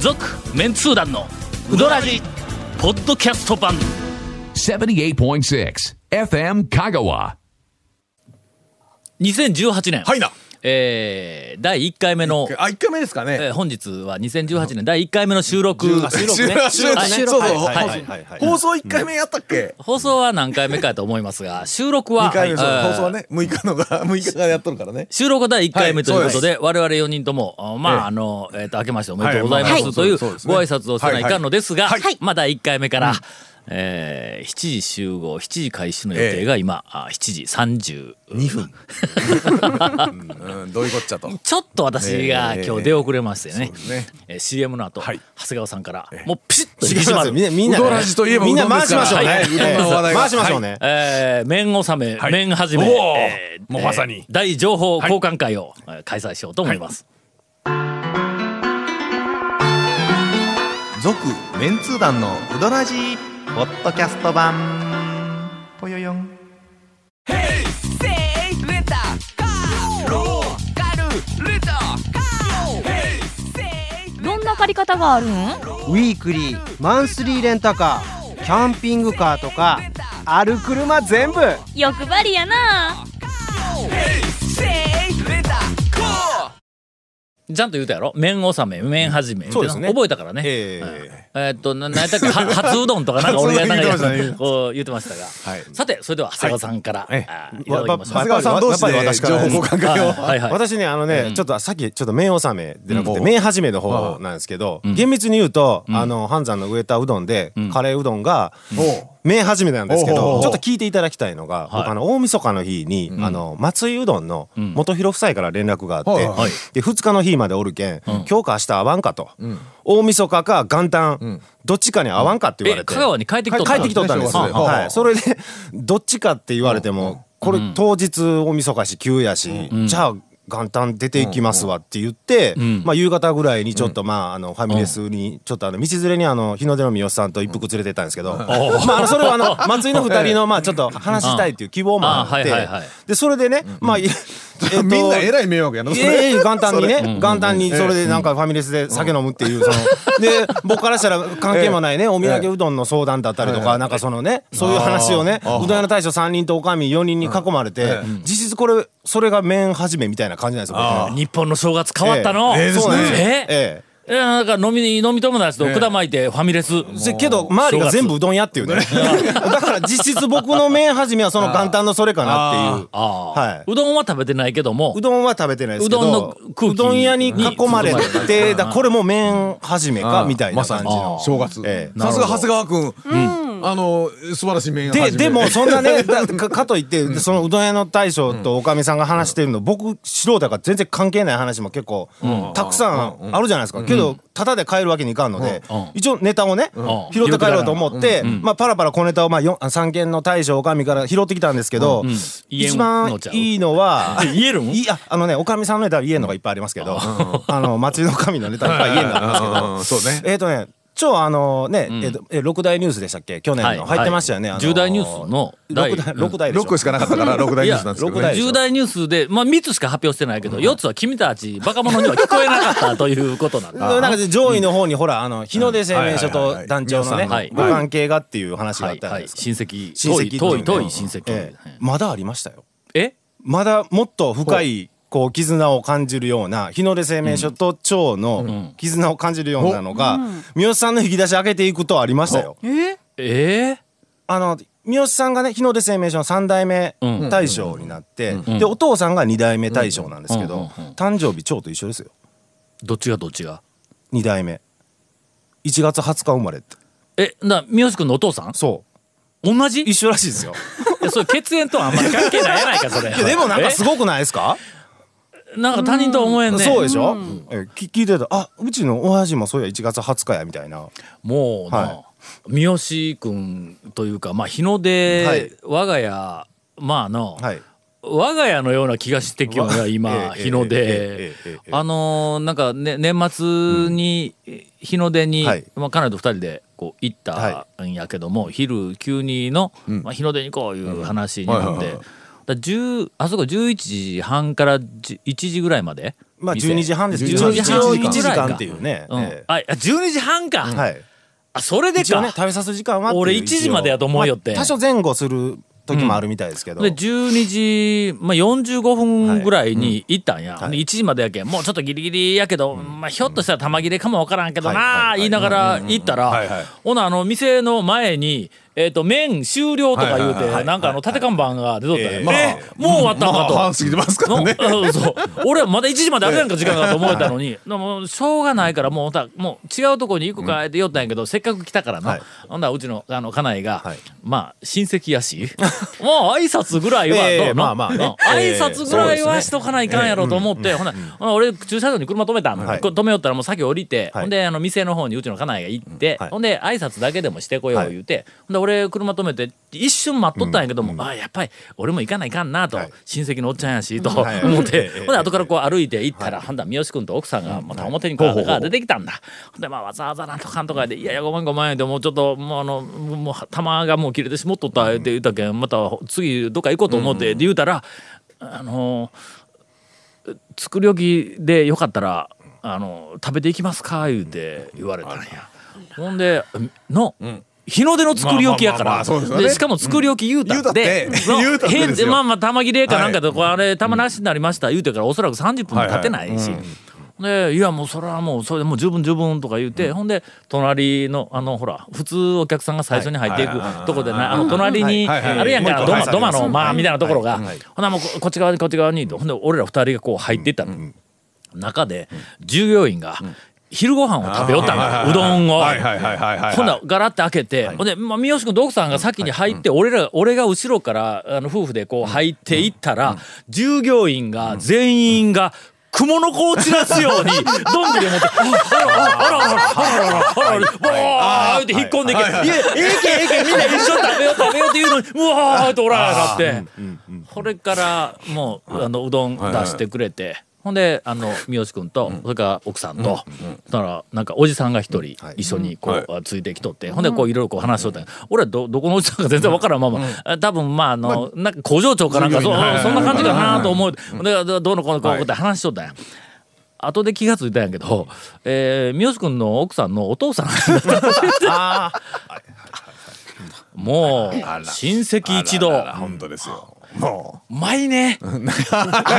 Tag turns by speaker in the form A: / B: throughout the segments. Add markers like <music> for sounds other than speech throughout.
A: 続メンツー団のウドラジポッドキャスト版
B: 78.6 FM Kagawa.
A: 2018年、
C: はいな
A: えー第1回目の、
C: あ、1回目ですか
A: え
C: ね。
A: ー本日は2018年第1回目の収録
C: あ収録ね
A: はい
C: そうそう
A: はいはい
C: 放送放送1回目やったっけ
A: 放送は何回目かと思いますが収録は
C: ?2 回目、そう
A: えー
C: 放送はね、6日のが、6日が <laughs> やっとるからね。
A: 収録は第1回目ということで、我々4人とも、あまあ、
C: ええ
A: あの、えっ、と、明けましておめでとうございま
C: はい
A: す、
C: まあ
A: というご
C: そうですね
A: 挨拶をせないかんのですが、
C: はいはい
A: まあ、第1回目から、えー7時集合、7時開始の予定が今、あ7時32分。
C: うん、どういうこっちゃと。
A: ちょっと私が
C: ええ
A: 今日出遅れましてね、
C: そうですね
A: えー CM の後、
C: はい
A: 長谷川さんから、もうピシッと引き締まる。
D: みんな、みんなね、
C: うどらじといえば
D: みんな
C: うどんで
D: 回
C: す
D: し
C: から
D: ましょう
C: は
D: ね。
C: いうどんの話題が
D: 回しましょうね。
A: えー、面納め、
E: い
A: 面始め、
E: おー
A: えー
E: もうまさに
A: えー大情報交換会をえー開催しようと思います。
C: 続、メンツー団のうどらじ
D: ポッドキャスト版。ぽよよん。
F: どんな借り方があるん
G: ウィークリーマンスリーレンタカーキャンピングカーとかある車全部
F: 欲張りやな
A: ちゃんと言うたやろ麺納め麺始め、
D: そうですね
A: 覚えたからね、
D: え
A: うんえーっとな何やったっけは <laughs> 初うどんとかなんか俺がなん
D: 初うどん言ってまし
A: か
D: たね
A: <laughs> こう言ってましたが、
D: はい
A: さてそれでは長谷川さんから、
D: ええ
A: あーい
D: わ
A: ただきましょ
D: ば
A: う
D: ば川さん同士で
C: やっぱり
D: 私から
C: 情報交換会を。
A: あーはいはい
D: 私ねあのね、ちょっとさっきちょっと麺納めでなくて
C: うん
D: 麺始めの方なんですけど、厳密に言うと、あの半山の植えたうどんで、カレーうどんが
C: お
D: 麺始めなんですけ
C: おうおうお
D: ど
C: う
D: ちょっと聞いていただきたいのが、僕あの大晦日の日に、あの松井うどんの元弘夫妻から連絡があって、
C: はいはい
D: で2日の日までおるけん、今日か明日会わんかと、大晦日か元旦、どっちかに会わんかって言わ
A: え
D: れて、
A: 香川に帰ってきとった
D: 帰ってきとったんですよ、
C: あ
D: は
C: あ
D: い、それでどっちかって言われてもこれ当日大晦日し急やし、じゃあ元旦出ていきますわって言って、まあ、夕方ぐらいにちょっと、まあ、あのファミレスにちょっとあの道連れにあの日の出の三好さんと一服連れてったんですけど、まあ、あのそれはあの松井の二人のまあちょっと話したいっていう希望もあ
A: あは
D: っ
A: い
D: て
A: はいはい
D: でそれでね、まあえっと
C: みんなえらい迷惑やな、それ。
D: ええ元旦にね元旦にそれでなんかファミレスで酒飲むっていうそので僕からしたら関係もないねお土産うどんの相談だったりとかなんかそのねそういう話をねうどん屋の大将3人とおかみ4人に囲まれて実質これそれが麺始めみたいな感じなんですよ僕の
A: 日本の正月変わったの、
D: ええええですね
A: ええ
D: え
A: えなんか飲み飲み友達と管巻いてファミレス、
D: でけど周りが全部うどん屋っていうねだから実質僕の麺始めはその元旦のそれかなっていう
A: あー
D: はいう
A: どんは食べてないけども
D: うどんは食べてないですけど
A: うどんの空気
D: うどん屋に囲まれ
A: に
D: てだからこれも麺始めかみたいな感じの
C: 正月
D: え。え
C: さすが長谷川くん。あの、素晴らしい面
D: ででもそんな <laughs> ねだかかといってそのうどん屋の大将とおかみさんが話してるの僕素人だから全然関係ない話も結構たくさんあるじゃないですかけどタダで帰るわけにいかんので
A: うん
D: 一応ネタを
A: ん
D: ね拾って帰ろうと思ってまあパラパラ小ネタをまあよん三軒の大将おかみから拾ってきたんですけど一
A: 言えん
D: 番
A: のちゃう
D: いいのは
A: 言えるん
D: <laughs> いやあのねおかみさんのネタは言えんのがいっぱいありますけどあの町のおかみのネタいっぱい言えんのがありますけど
C: うんそうね。
D: えっ、ー、とね、超あのね、えっ、と、え六大ニュースでしたっけ、去年の、
A: はい
D: 入ってましたよね。あの
A: 重大ニュースの第
D: 六大、六大でしょ
C: 6個しかなかったから、6大ニュースなんですけど
D: いや
C: ね。
D: でしょ
A: 重大ニュースで、まあ、3つしか発表してないけど、4つは君たちバカ者には聞こえなかったということなんだ。
D: なんか上位の方に、ほら、あの日の出製麺所
C: はいはいはいは
D: と
C: い
D: 団長のね、
A: はい
D: ご関係がっていう話が
A: は
D: あっ
A: い
D: たん
A: はい
D: ですけど
A: 親戚
D: 親
A: 遠い
D: 戚
A: 遠い
D: ってう
A: 遠
D: ね
A: い親戚、
D: ええまだありましたよ。
A: え
D: まだもっと深い。こう絆を感じるような日の出製麺所と蝶の絆を感じるようなのが、三好さんの引き出し開けていくとありましたよ。
A: ええ
D: あの三好さんがね日の出生命所の3代目
A: うん
D: 大将になって、でお父さんが2代目大将なんですけど、
A: うんうん
D: 誕生日長と一緒ですよ
A: どっちがどっちが
D: 2代目1月20日生まれって
A: えな三好君のお父さん
D: そう
A: 同じい <laughs>
D: 一緒らしいですよ
A: やそれ血縁とはあんまり関係ないやないかそれ
D: いやでもなんかすごくないですか、
A: えなんか他人とは思えんね
D: そうでしょ、え聞聞いてたあうちの親父もそういや1月20日やみたいな
A: もうな、
D: は
A: 三好君というかまあ日の出、
D: はい
A: 我が家まあの、
D: はい
A: 我が家のような気がしてきよな今
D: わええ
A: 日の
D: ええ
A: 出
D: ええええ
A: あのーなんか、ね、年末に日の出に、
D: はい
A: まあ、彼女と二人でこう行ったんやけども、昼急にの、まあ、日の出に行こういう話になって、
C: はいはいはい
A: だ10あそこ11時半から1時ぐらいまで
D: まあ
A: 店
D: 12時半ですけど
A: 12時半
D: 一応1時間っていうね、
A: うん
D: ええ
A: あ12時半か、
D: はい
A: あそれで
D: 一応ね
A: か、
D: 食べさす時間はっていう
A: 俺1時までやと思うよって
D: まあ多少前後する時もあるみたいですけど、
A: で12時、まあ、45分ぐらいに行ったんや、
D: い
A: で1時までやけんもうちょっとギリギリやけど、まあ、ひょっとしたら玉切れかもわからんけど
D: はいはい
A: な
D: は
A: あ
D: い
A: 言いながら行ったら、
C: はいはい
A: ほなあの店の前に、えー、と麺終了とか言うて、
C: はいはいはいはい
A: なんかあの立て看板が出とったんや、
D: え
A: え
D: えまあ
A: もう終わったん
C: ま
A: か
C: あ
A: と。
C: 半過ぎてますからね。
A: のうん <laughs> そう俺はまだ1時まであるやんか時間がと思えたのに、でもしょうがないからもうたもう違うとこに行くかって言おったんやけど、せっかく来たからな、
D: はい
A: ほんだらうちのあの家内が、
D: はい
A: まあ親戚やし <laughs> もう挨拶ぐらいはどうの、
D: ええまあまあね
A: うん挨拶ぐらいはしとかないかんやろと思って、ほなほな俺駐車場に車止めたの、
D: はい
A: こ止めよったらもう先降りて、
D: はい
A: ほんであの店の方にうちの家内が行って、
D: はい
A: ほんで挨拶だけでもしてこよう言うて、ほんで俺車止めて一瞬待っとったんやけども、ああやっぱり俺も行かないかんなと、
D: はい
A: 親戚のおっちゃんやしと
D: はい
A: <laughs> 思って、
D: え
A: ほ
D: え
A: んで後からこう歩いて行ったら、ほんだら三好君と奥さんがまた表にこう
D: ほうほうほう
A: 出てきたんだほんでまあわざわざなんとかんとかで「いやいやごめんごめん」でもうちょっともうあのもう玉がもう切れてしもっとったって言ったけんまた次どっか行こうと思ってって言うたら「あの作り置きでよかったらあの食べていきますか?」言うて言われたんや。ほんでの、日の出の作り置きやか
C: ま
A: ら
C: あまあまあそうですよね
A: でしかも作り置き言うたって
C: うん言うたって
A: の
C: 言うたって
A: 変
C: ですよ
A: まあまあ玉切れかなんかで、これあれ玉なしになりました言うてからおそらく30分も経ってないし、でいやもうそれはもうそれでもう十分十分とか言うて、ほんで隣のあのほら普通お客さんが最初に入っていくとこでな、あの隣に
C: はいはいはい
A: あるやんか、
C: も
A: ド
C: う一個
A: マ
C: はい
A: ドマの
C: はい
A: まあみたいなところが、
D: はいはい
A: ほなもうここっち側にこっち側にとほんで俺ら二人がこう入っていったの、中で従業員が昼ご飯を食べよったん
C: あ
A: だ
C: ー
A: うどんを。
C: はいはいはいはいはい。
A: ほんならガラッて開けて、ほんで、まあ、三好君と奥さんが先に入って、俺ら俺が後ろからあの夫婦でこう入っていったら、従業員が全員が、雲の子を散らすように、どんぐりを持って、あらあらあらあらあらあらあらあら、わーって引っ込んでいけ、いや、ええけええけ、みんな一緒に食べよう食べようって言うのに、うわーっておらんなって、これからもう、あの、うどん出してくれて、ほんで、あの、三好君と、それから奥さんと、だから、なんかおじさんが一人一緒にこう、ついてきとって、ほんで、こう、いろいろこう話しとったんや俺はど、どこのおじさんか全然わからんまま、あ多分、まあ、あの、なんか工場長かなんか、そう
C: 従業員の
A: そんな感じかなと思う。で、どどうのこうのこうって話しとったんや。後で気がついたんやけど、えー、三好君の奥さんのお父さんもう親戚一同
C: あらら本当ですよ。も
A: うまい <laughs> ねあ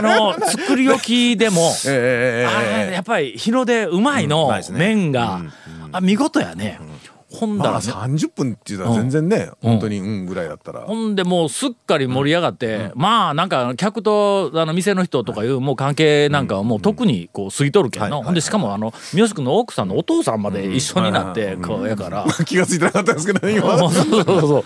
A: の作り置きで <laughs> も
C: う。え
A: あれやっぱり日の出うまいの、
D: うまいですね
A: 麺が、あ見事やね、ほんだ
C: ま
A: ら
C: あ
A: ね、
C: 三十分っていうのは全然ね、本当にうんぐらいだったら。
A: ほんでもうすっかり盛り上がって、まあなんか客とあの店の人とかいうもう関係なんかはもう特にこう過ぎとるけんの、ほんでしかもあの三好君の奥さんのお父さんまで一緒になってこうやから。
C: 気がついてなかったんですけどね
A: <laughs>
C: 今。
A: そうそうそうそう。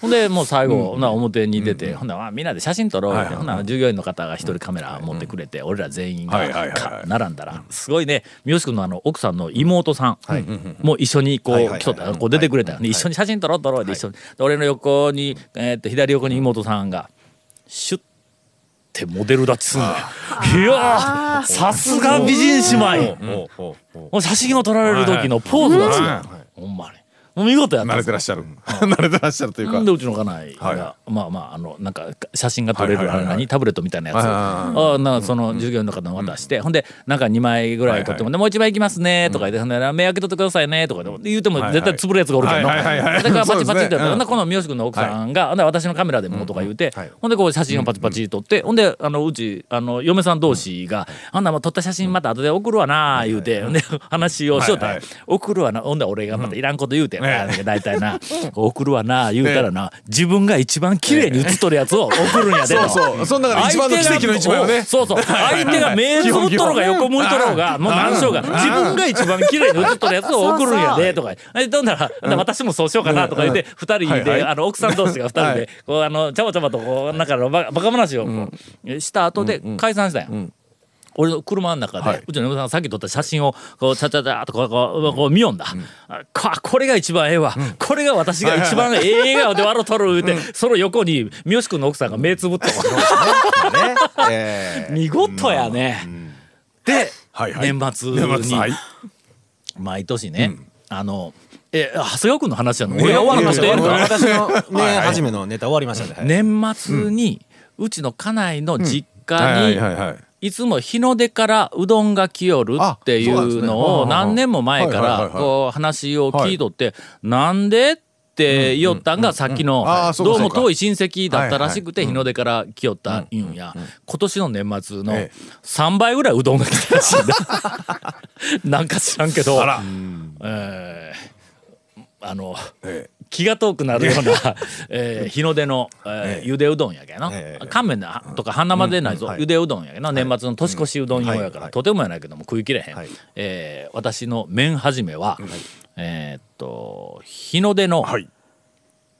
A: ほんでもう最後、な表に出て、ほんならまあみんなで写真撮ろうって、ほんなら従業員の方が一人カメラ持ってくれて、俺ら全員が、
C: はいはいはいはい
A: か並んだらすごいね三好君のあの奥さんの妹さん、もう一緒にこう、
D: はいはいはい
A: 来とったこう出てくれたよね、一緒に写真撮ろう撮ろうって一緒に、で俺の横に、えーっと左横に妹さんがシュッってモデル立ちすんのよ。いやーさすが美人姉妹
C: おうおうおう
A: もう写真を撮られる時のポーズがすごい、ほんまにもう見事やった
C: 慣れてらっしゃる。慣れてらっしゃるというか。
A: でうちの家内が、
C: は
A: まあまああのなんか写真が撮れる、
C: はいはいはいはい
A: あれ何タブレットみたいなやつ
C: はいはい
A: あなその従業員の方に渡して、ほんでなんか2枚ぐらい取っても、
C: はいはい
A: でもう1枚いきますね」とか言って、ほんで目開けとってくださいね」とか言っても絶対潰るやつがおるけど
C: はいはいはいはい
A: だからパチパチってやっ
C: そう
A: て、
C: ですね
A: ほんでこの三好君の奥さんが、ほんで私のカメラでもとか言うて、ほんでこう写真をパチパチ撮って、ほんであのうちあの嫁さん同士が「あんなもう撮った写真また後で送るわな」言うて、ほんで話をしようたんや、
C: はいはい
A: 送るわなほんで俺がまたいらんこと言うて、あ大体
C: <laughs>
A: な「送るわな」言うたらな、自分が一番綺麗に写っとるやつを送るんやで
C: <laughs> そうそう。その中で一番の奇跡の一枚をね。
A: そうそう。相手が目つぶっとろうが横向いとろうが、もう何しようが、自分が一番綺麗に写っとるやつを送るんやで、とか。え、どんなら、私もそうしようかな、とか言って、二
C: は
A: 人
C: いはい
A: で、あの、奥さん同士が二人で、こう、あの、ちゃばちゃばと、こう、なんかのバカバカ話をこうした後で解散したんや。俺の車の中で、
C: はいう
A: ちの嫁さんがさっき撮った写真をこうチャチャチャっとこうこうこう見よんだ、あここれが一番ええわ、これが私が一番ええ笑顔で笑うとるって、その横に三好君の奥さんが目つぶっとる <laughs>
D: ねえー
A: 見事やね、で、
C: はいはい
A: 年末に
C: 年末はい
A: 毎年ね、あのえ長谷川君の話やの俺が終わらんとしてええのか
D: 私のね初めのネタ終わりましたね、はい
A: 年末に、うちの家内の実
C: はいは
A: 家
C: い
A: に
C: はいはい。
A: いつも日の出からうどんが来よるってい
C: あそうなんです
A: う
C: ね
A: のを
C: はあはあ
A: 何年も前か
C: はいはい
A: ら
C: はいはい
A: こう話を聞いとって、なんでって言おったんがさっきの
C: うんあーそうか
A: どうも
C: そうか
A: 遠い親戚だったらしくて日の出から来よったいうんや今年の年末の
C: ええ
A: 3倍ぐらいうどんが来たら
C: <laughs>
A: しいんだなんか知らんけど
C: あら、
A: えーあの
C: え
A: 気が遠くなる <laughs> ような、えー日の出の、えーゆでうどんやけど、
D: ええ
A: 乾麺だとか花までないぞ、
D: はい
A: ゆでうどんやけど、年末の年越しうどん用やから、
D: はいはい
A: とてもやないけども食い切れへん、
D: はい
A: えー私の麺始めは、えーっと日の出の
C: はい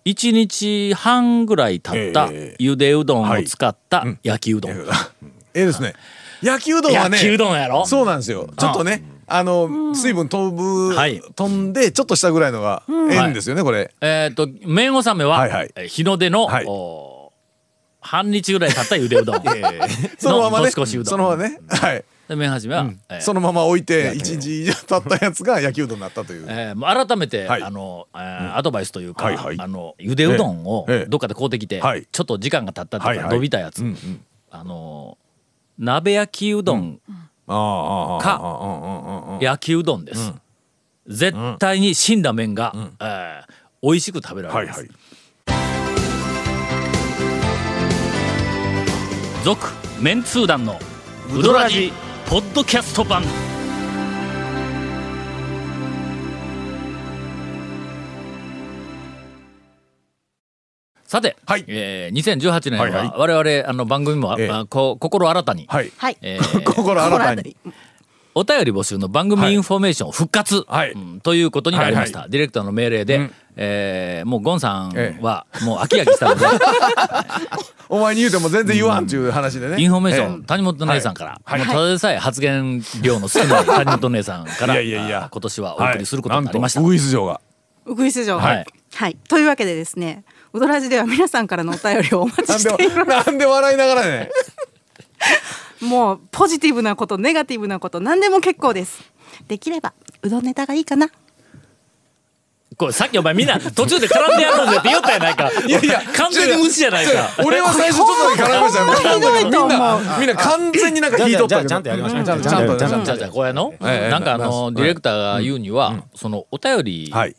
A: 1日半ぐらい経った
C: ええ
A: ゆでうどんを使った焼きうどん、
C: ええですね。焼きうどんはね。
A: 焼きうどんやろ
C: そうなんですよ。ちょっとね、あの、水分飛ぶ
A: はい、
C: 飛んで、ちょっとしたぐらいのが、ええんですよね、これ。
A: えーっと麺納めは、
C: はいはい
A: えー日の出の、
C: はい
A: お半日ぐらい経ったゆでう
C: <laughs>
A: どん
C: そのままね、
A: 年越しうどん
C: そのままね、はい。
A: で麺始めは、えー
C: そのまま置いて、一日以上経ったやつが焼きうどんになったという。
A: えーもう改めて、
C: はい
A: あの、えーアドバイスというか、
C: はいはい
A: あのゆでうどんを
C: ええええ
A: どっかで買うてきて、
C: はい
A: ちょっと時間が経ったとか、
C: はいはい
A: 伸びたやつ、あの鍋焼きうどん、
C: ああああ
A: か
C: ああああああ
A: 焼きうどんです、絶対に死んだ麺が、えー美味しく食べら
C: は
A: れ
C: い
A: ます
C: はい。
A: 続、メンツー団のウドラジポッドキャスト版さて、
C: はい
A: えー、2018年
C: はいはい
A: は我々あの番組も、あ
C: ええ
A: あこ心新たに、
C: はい。
E: はい。
A: えー
C: 心新たに。
A: お便り募集の番組インフォメーション復活、
C: はい
A: うんということになりました、
C: は
A: ディレクターの命令で、
C: うん
A: えーもうゴンさん
C: ええ
A: はもう飽き飽きしたので、
C: お前に言うても全然言わんっていう話でね。
A: インフォメーション、
C: ええ
A: 谷本姉さんから、
C: はい
A: もうただでさえ発言量の少
C: <laughs>
A: ない谷本姉さんから
C: いやいやいや
A: あ今年はお送りすることになりました、
C: はいなんとウグイス嬢が。
E: ウグイス城。
A: は
E: はいい。というわけでですね、ウドラジでは皆さんからのお便りをお待
C: な
E: ち
C: ん
E: してい
C: で、
E: る。
C: なんで笑いながらね。
E: もうポジティブなこと、ネガティブなこと、何でも結構です。できればうどんネタがいいかな。
A: これさっきお前みんな途中で絡んでやろうぜって言ったやないかい
C: やいや
A: 完全に無視じゃないか
C: 俺は最初ちょっとだけ絡みましたよ。
E: ひどいと思う
C: みんな完全になんか聞いとったけど
D: じゃあじゃあちゃんとやりましょう
C: ちゃんとちゃんとちゃんと
A: じゃあじゃあこれの、
C: ええ
A: なんかあ
C: ま
A: の
C: あ
A: ディレクターが言うには、そのお便りが、
C: はい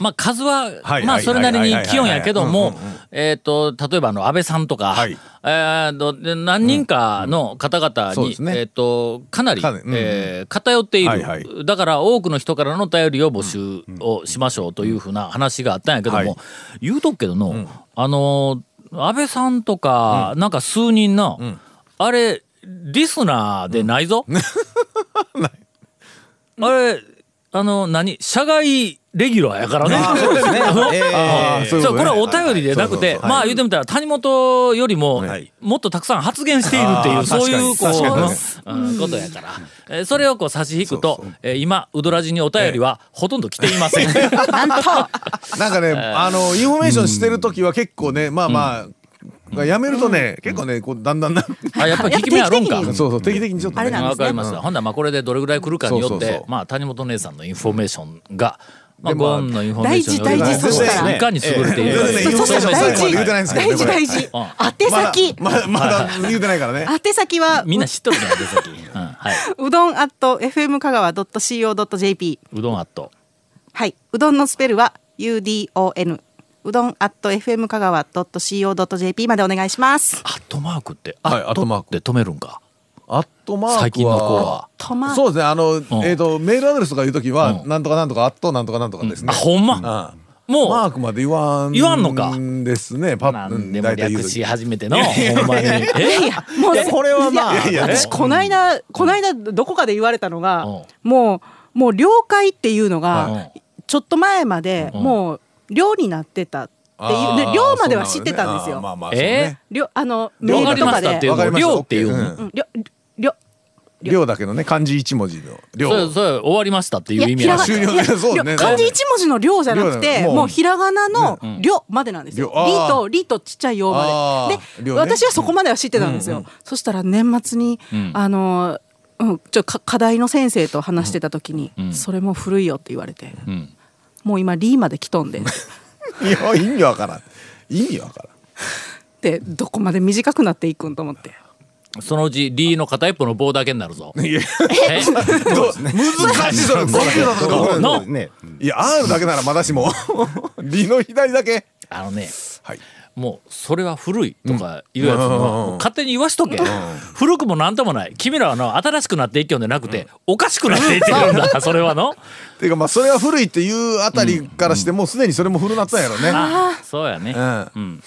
A: まあ数は、
C: はい
A: まあ
C: はい
A: それなりに気温やけども、
C: はいはいはい
A: えっ、と例えばあの安倍さんとか、
C: はい
A: えーとで何人かの方々
C: そう
A: に、
C: ですね
A: えっ、とかなり
C: かなりうん
A: えー偏っている、
C: はいはい
A: だから多くの人からのお便りを募集をしましょうというふうな話があったんやけども、
C: はい
A: 言うとくけどの、あの安倍さんとか、なんか数人な、あれリスナーでないぞ、あれあの何社外レギュラーやからね。
D: そうですね。
C: あ
D: え
C: あ
D: ー
C: そういう
A: そうことれ
C: こね
A: はお便りでなくて、
D: はい
A: まあ言うてみたら谷本よりも、
D: はい
A: もっとたくさん発言しているってい
C: あ
A: う
C: ー
A: そういうこう、
C: 確かに確かにね
A: うんことやから、えーそれをこう差し引くとえー今ウドラジにお便りはほとんど来ていま
C: <laughs>
A: せん。
C: なんかね、あのインフォメーションしてる時は結構ね、まあまあやめるとね、結構ね、こうだんだんな、
A: あやっぱり効き目あるんか。
E: いや定期的に
C: そうそう定期的にちょっと
E: あれなん
A: わ
C: ね
E: ですね
A: かりました。ほんならまあこれでどれぐらい来るかによって
C: そうそうそう
A: まあ谷本姉さんのインフォメーションが。まあ、
C: でまあ
A: ゴンのインフォメーションより
E: 大事大事
A: も
E: そうしたら
A: いかに優れてい
C: ええ
A: るか
C: 全然ねインフ
E: そ
C: ォ
E: し
C: メー
E: た
C: ション最後まで
E: ら大
C: 言
E: 事
C: うてないんですけどね
E: 大事
C: これ
E: 大事
A: うん
E: 宛
C: まだ
E: 先
C: まだまだ言うてないからね。
E: 宛先は
A: みんな知っとるね、出先。
C: <laughs>
A: うん、はい。
E: うどん at fm 香川 .co.jp
A: うどんアット。
E: はいうどんのスペルは udon うどん at fm 香川 .co.jp までお願いします
A: アットマークって、
C: は
A: ア
C: い
A: ット
C: アットマーク
A: って止めるんか。
C: あとまあ
A: 最近の子は。
E: トマ
C: そうですね。あの、
A: ん
C: えっ、と、メールアドレスとかいうときは、
A: うん
C: なんとかなんとか、あっとなんとかなんとかですね。
A: あ、ほんま。
C: あマ
A: も
C: ークまで言わん。
A: 言わんのか
C: ですね。パ
A: う、
C: ッ
A: なんでも略し
C: や。
A: 始めての、ほんまに。え
E: もう
D: えこれはまあ
E: いや
C: いやいや
E: 私こないだこないだどこかで言われたのが
A: うん
E: もうもう了解っていうのが
A: う
E: ちょっと前まで
A: うん
E: もう寮になってたっていうで寮までは知ってたんです
C: あー
E: よ。
C: まあまあ、そう
A: え
C: ね。
E: 寮あのメ
A: わ
E: ー
A: か
E: ル
A: り
E: と
A: ま
E: か
A: したってい
E: で
A: う
C: わか
A: の
C: り
A: を、
C: ました
A: 量っていうの。
C: うん
E: 寮寮
C: 量だけのね、漢字一文字の量。
A: そう、そう、終わりましたって
E: い
A: い
E: や
A: う意味
E: ひら
A: や
E: が
A: し。
C: 終了
E: いや
C: そうね
E: 漢字一文字の量じゃなく
C: 量
E: て
C: だよもう
E: もうひらがなの量までなんですよ。
C: 量あー
E: りとりとちっちゃいよま
C: あ
E: で。
C: ー
E: で
C: 量ね
E: 私はそこまでは知ってたんですよ。そしたら年末に
A: ん
E: あのーうんちょか課題の先生と話してた時にそれも古いよって言われて
A: ん
E: もう今りまで来と
C: <laughs>
E: んでっ
C: いや、意味わからん。意味わからん。
E: てどこまで短くなっていくんと思って。
A: そのうちリーの片一方の棒だけになるぞ。
C: いや
A: え
C: どう難しいそれ5キロとか
A: どうの
D: ね
C: いや R だけならまだしも <laughs> リの左だけ
A: あのね、
C: はい
A: もうそれは古いとかいうやつも勝手に言わしとけ、古くもなんともない君らはの新しくなっていきよんじゃなくて、おかしくなっていってるんだそれはの
C: っていうかまあそれは古いっていうあたりからしてもうすでにそれも古なったんやろね
A: あそうやね、
C: うん
A: うん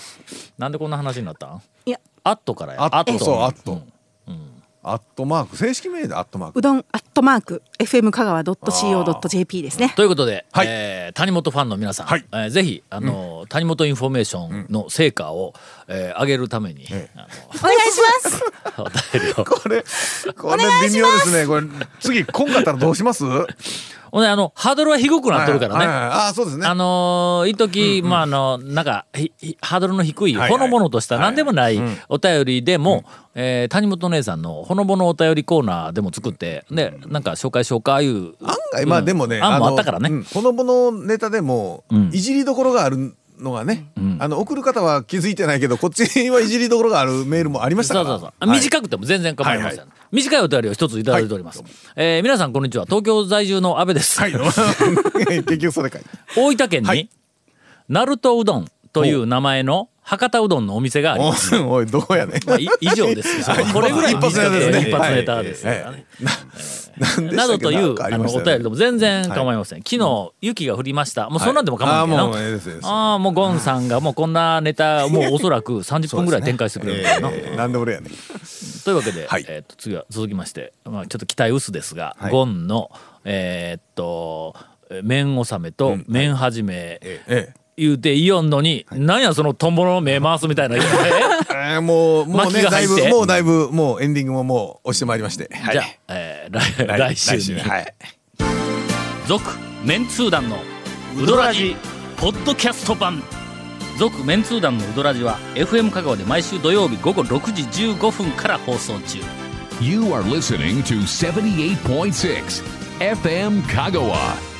A: なんでこんな話になったん
E: いや
A: アットからや
C: あっとそう
A: アッ
C: あっとアットマーク正式名でアットマー
E: う
C: ク
E: どんアットマーク FM 香川 .co.jp ですね
A: ということで、
C: はい
A: えー谷本ファンの皆さん、
C: はい
A: えーぜひあの、谷本インフォメーションの成果を、えー上げるために、あ
E: お願いします
A: のお <laughs> 便りを
C: これこれ微妙ですねこれ次こんかったらどうしますは
A: ほんであのハードルは低くなっとるからね、
C: いはいはいああそうですね
A: あのー、一時、まああのなんかひひハードルの低い
C: はい
A: ほのぼのとした何でもないお便りでも、えー谷本姉さんのほのぼのお便りコーナーでも作ってでなんか紹介紹介いう
C: 案外まあでもね、
A: うん案もあったからね
C: のうんほのぼのネタでも
A: ん
C: いじりどころがあるのがね、あの送る方は気づいてないけどこっちはいじりどころがあるメールもありました
A: そう
C: から
A: そうそう、
C: はい
A: 短くても全然構いません、
C: はいは
A: 短いお便りを一ついただいております、えー皆さんこんにちは東京在住の阿部です、
C: はい結局それかい <laughs>
A: 大分県に、
C: はい
A: ナルトうどんという名前の博多うどんのお店があります
C: おおいどこやねん
A: まあ、い <laughs> 以上ですよ
C: はい
A: これぐらい
C: 一発ネタですね
A: 一発ネタですか
C: はい
A: らね
C: 何でした
A: <laughs> な
C: っ
A: ど
C: け
A: という
C: なんか
A: あ
C: り
A: の
C: まし
A: お
C: た
A: 便
C: よね
A: りでも全然構いません、昨日雪が降りましたもうそんなんでも構わ
C: ああ
A: ないけど、
C: もうええですええです
A: ああもうゴンさんがもうこんなネ
C: <laughs>
A: タもうおそらく30分ぐらい展開してくれるんだよな、
C: えーなんで俺やねん
A: というわけで、
C: はい
A: えー、と次は続きまして、まあ、ちょっと期待薄ですが、ゴンのえーっと麺納めと麺始め、
C: え
A: 言うてイオンのに、なんやそのトンボの目回すみたいなえ
C: <laughs> ええーもうもう
A: 巻き
C: ね
A: が
C: だ
A: 入
C: い
A: って
C: ぶもうだいぶもうエンディングももう押してまいりましてはい
A: じゃあ、えー来来週に
C: はい
A: 続メンツー団のウドラジポッドキャスト版続メンツー団のウドラジは FM 香川で毎週土曜日午後6時15分から放送中
B: You are listening to 78.6 FM Kagawa.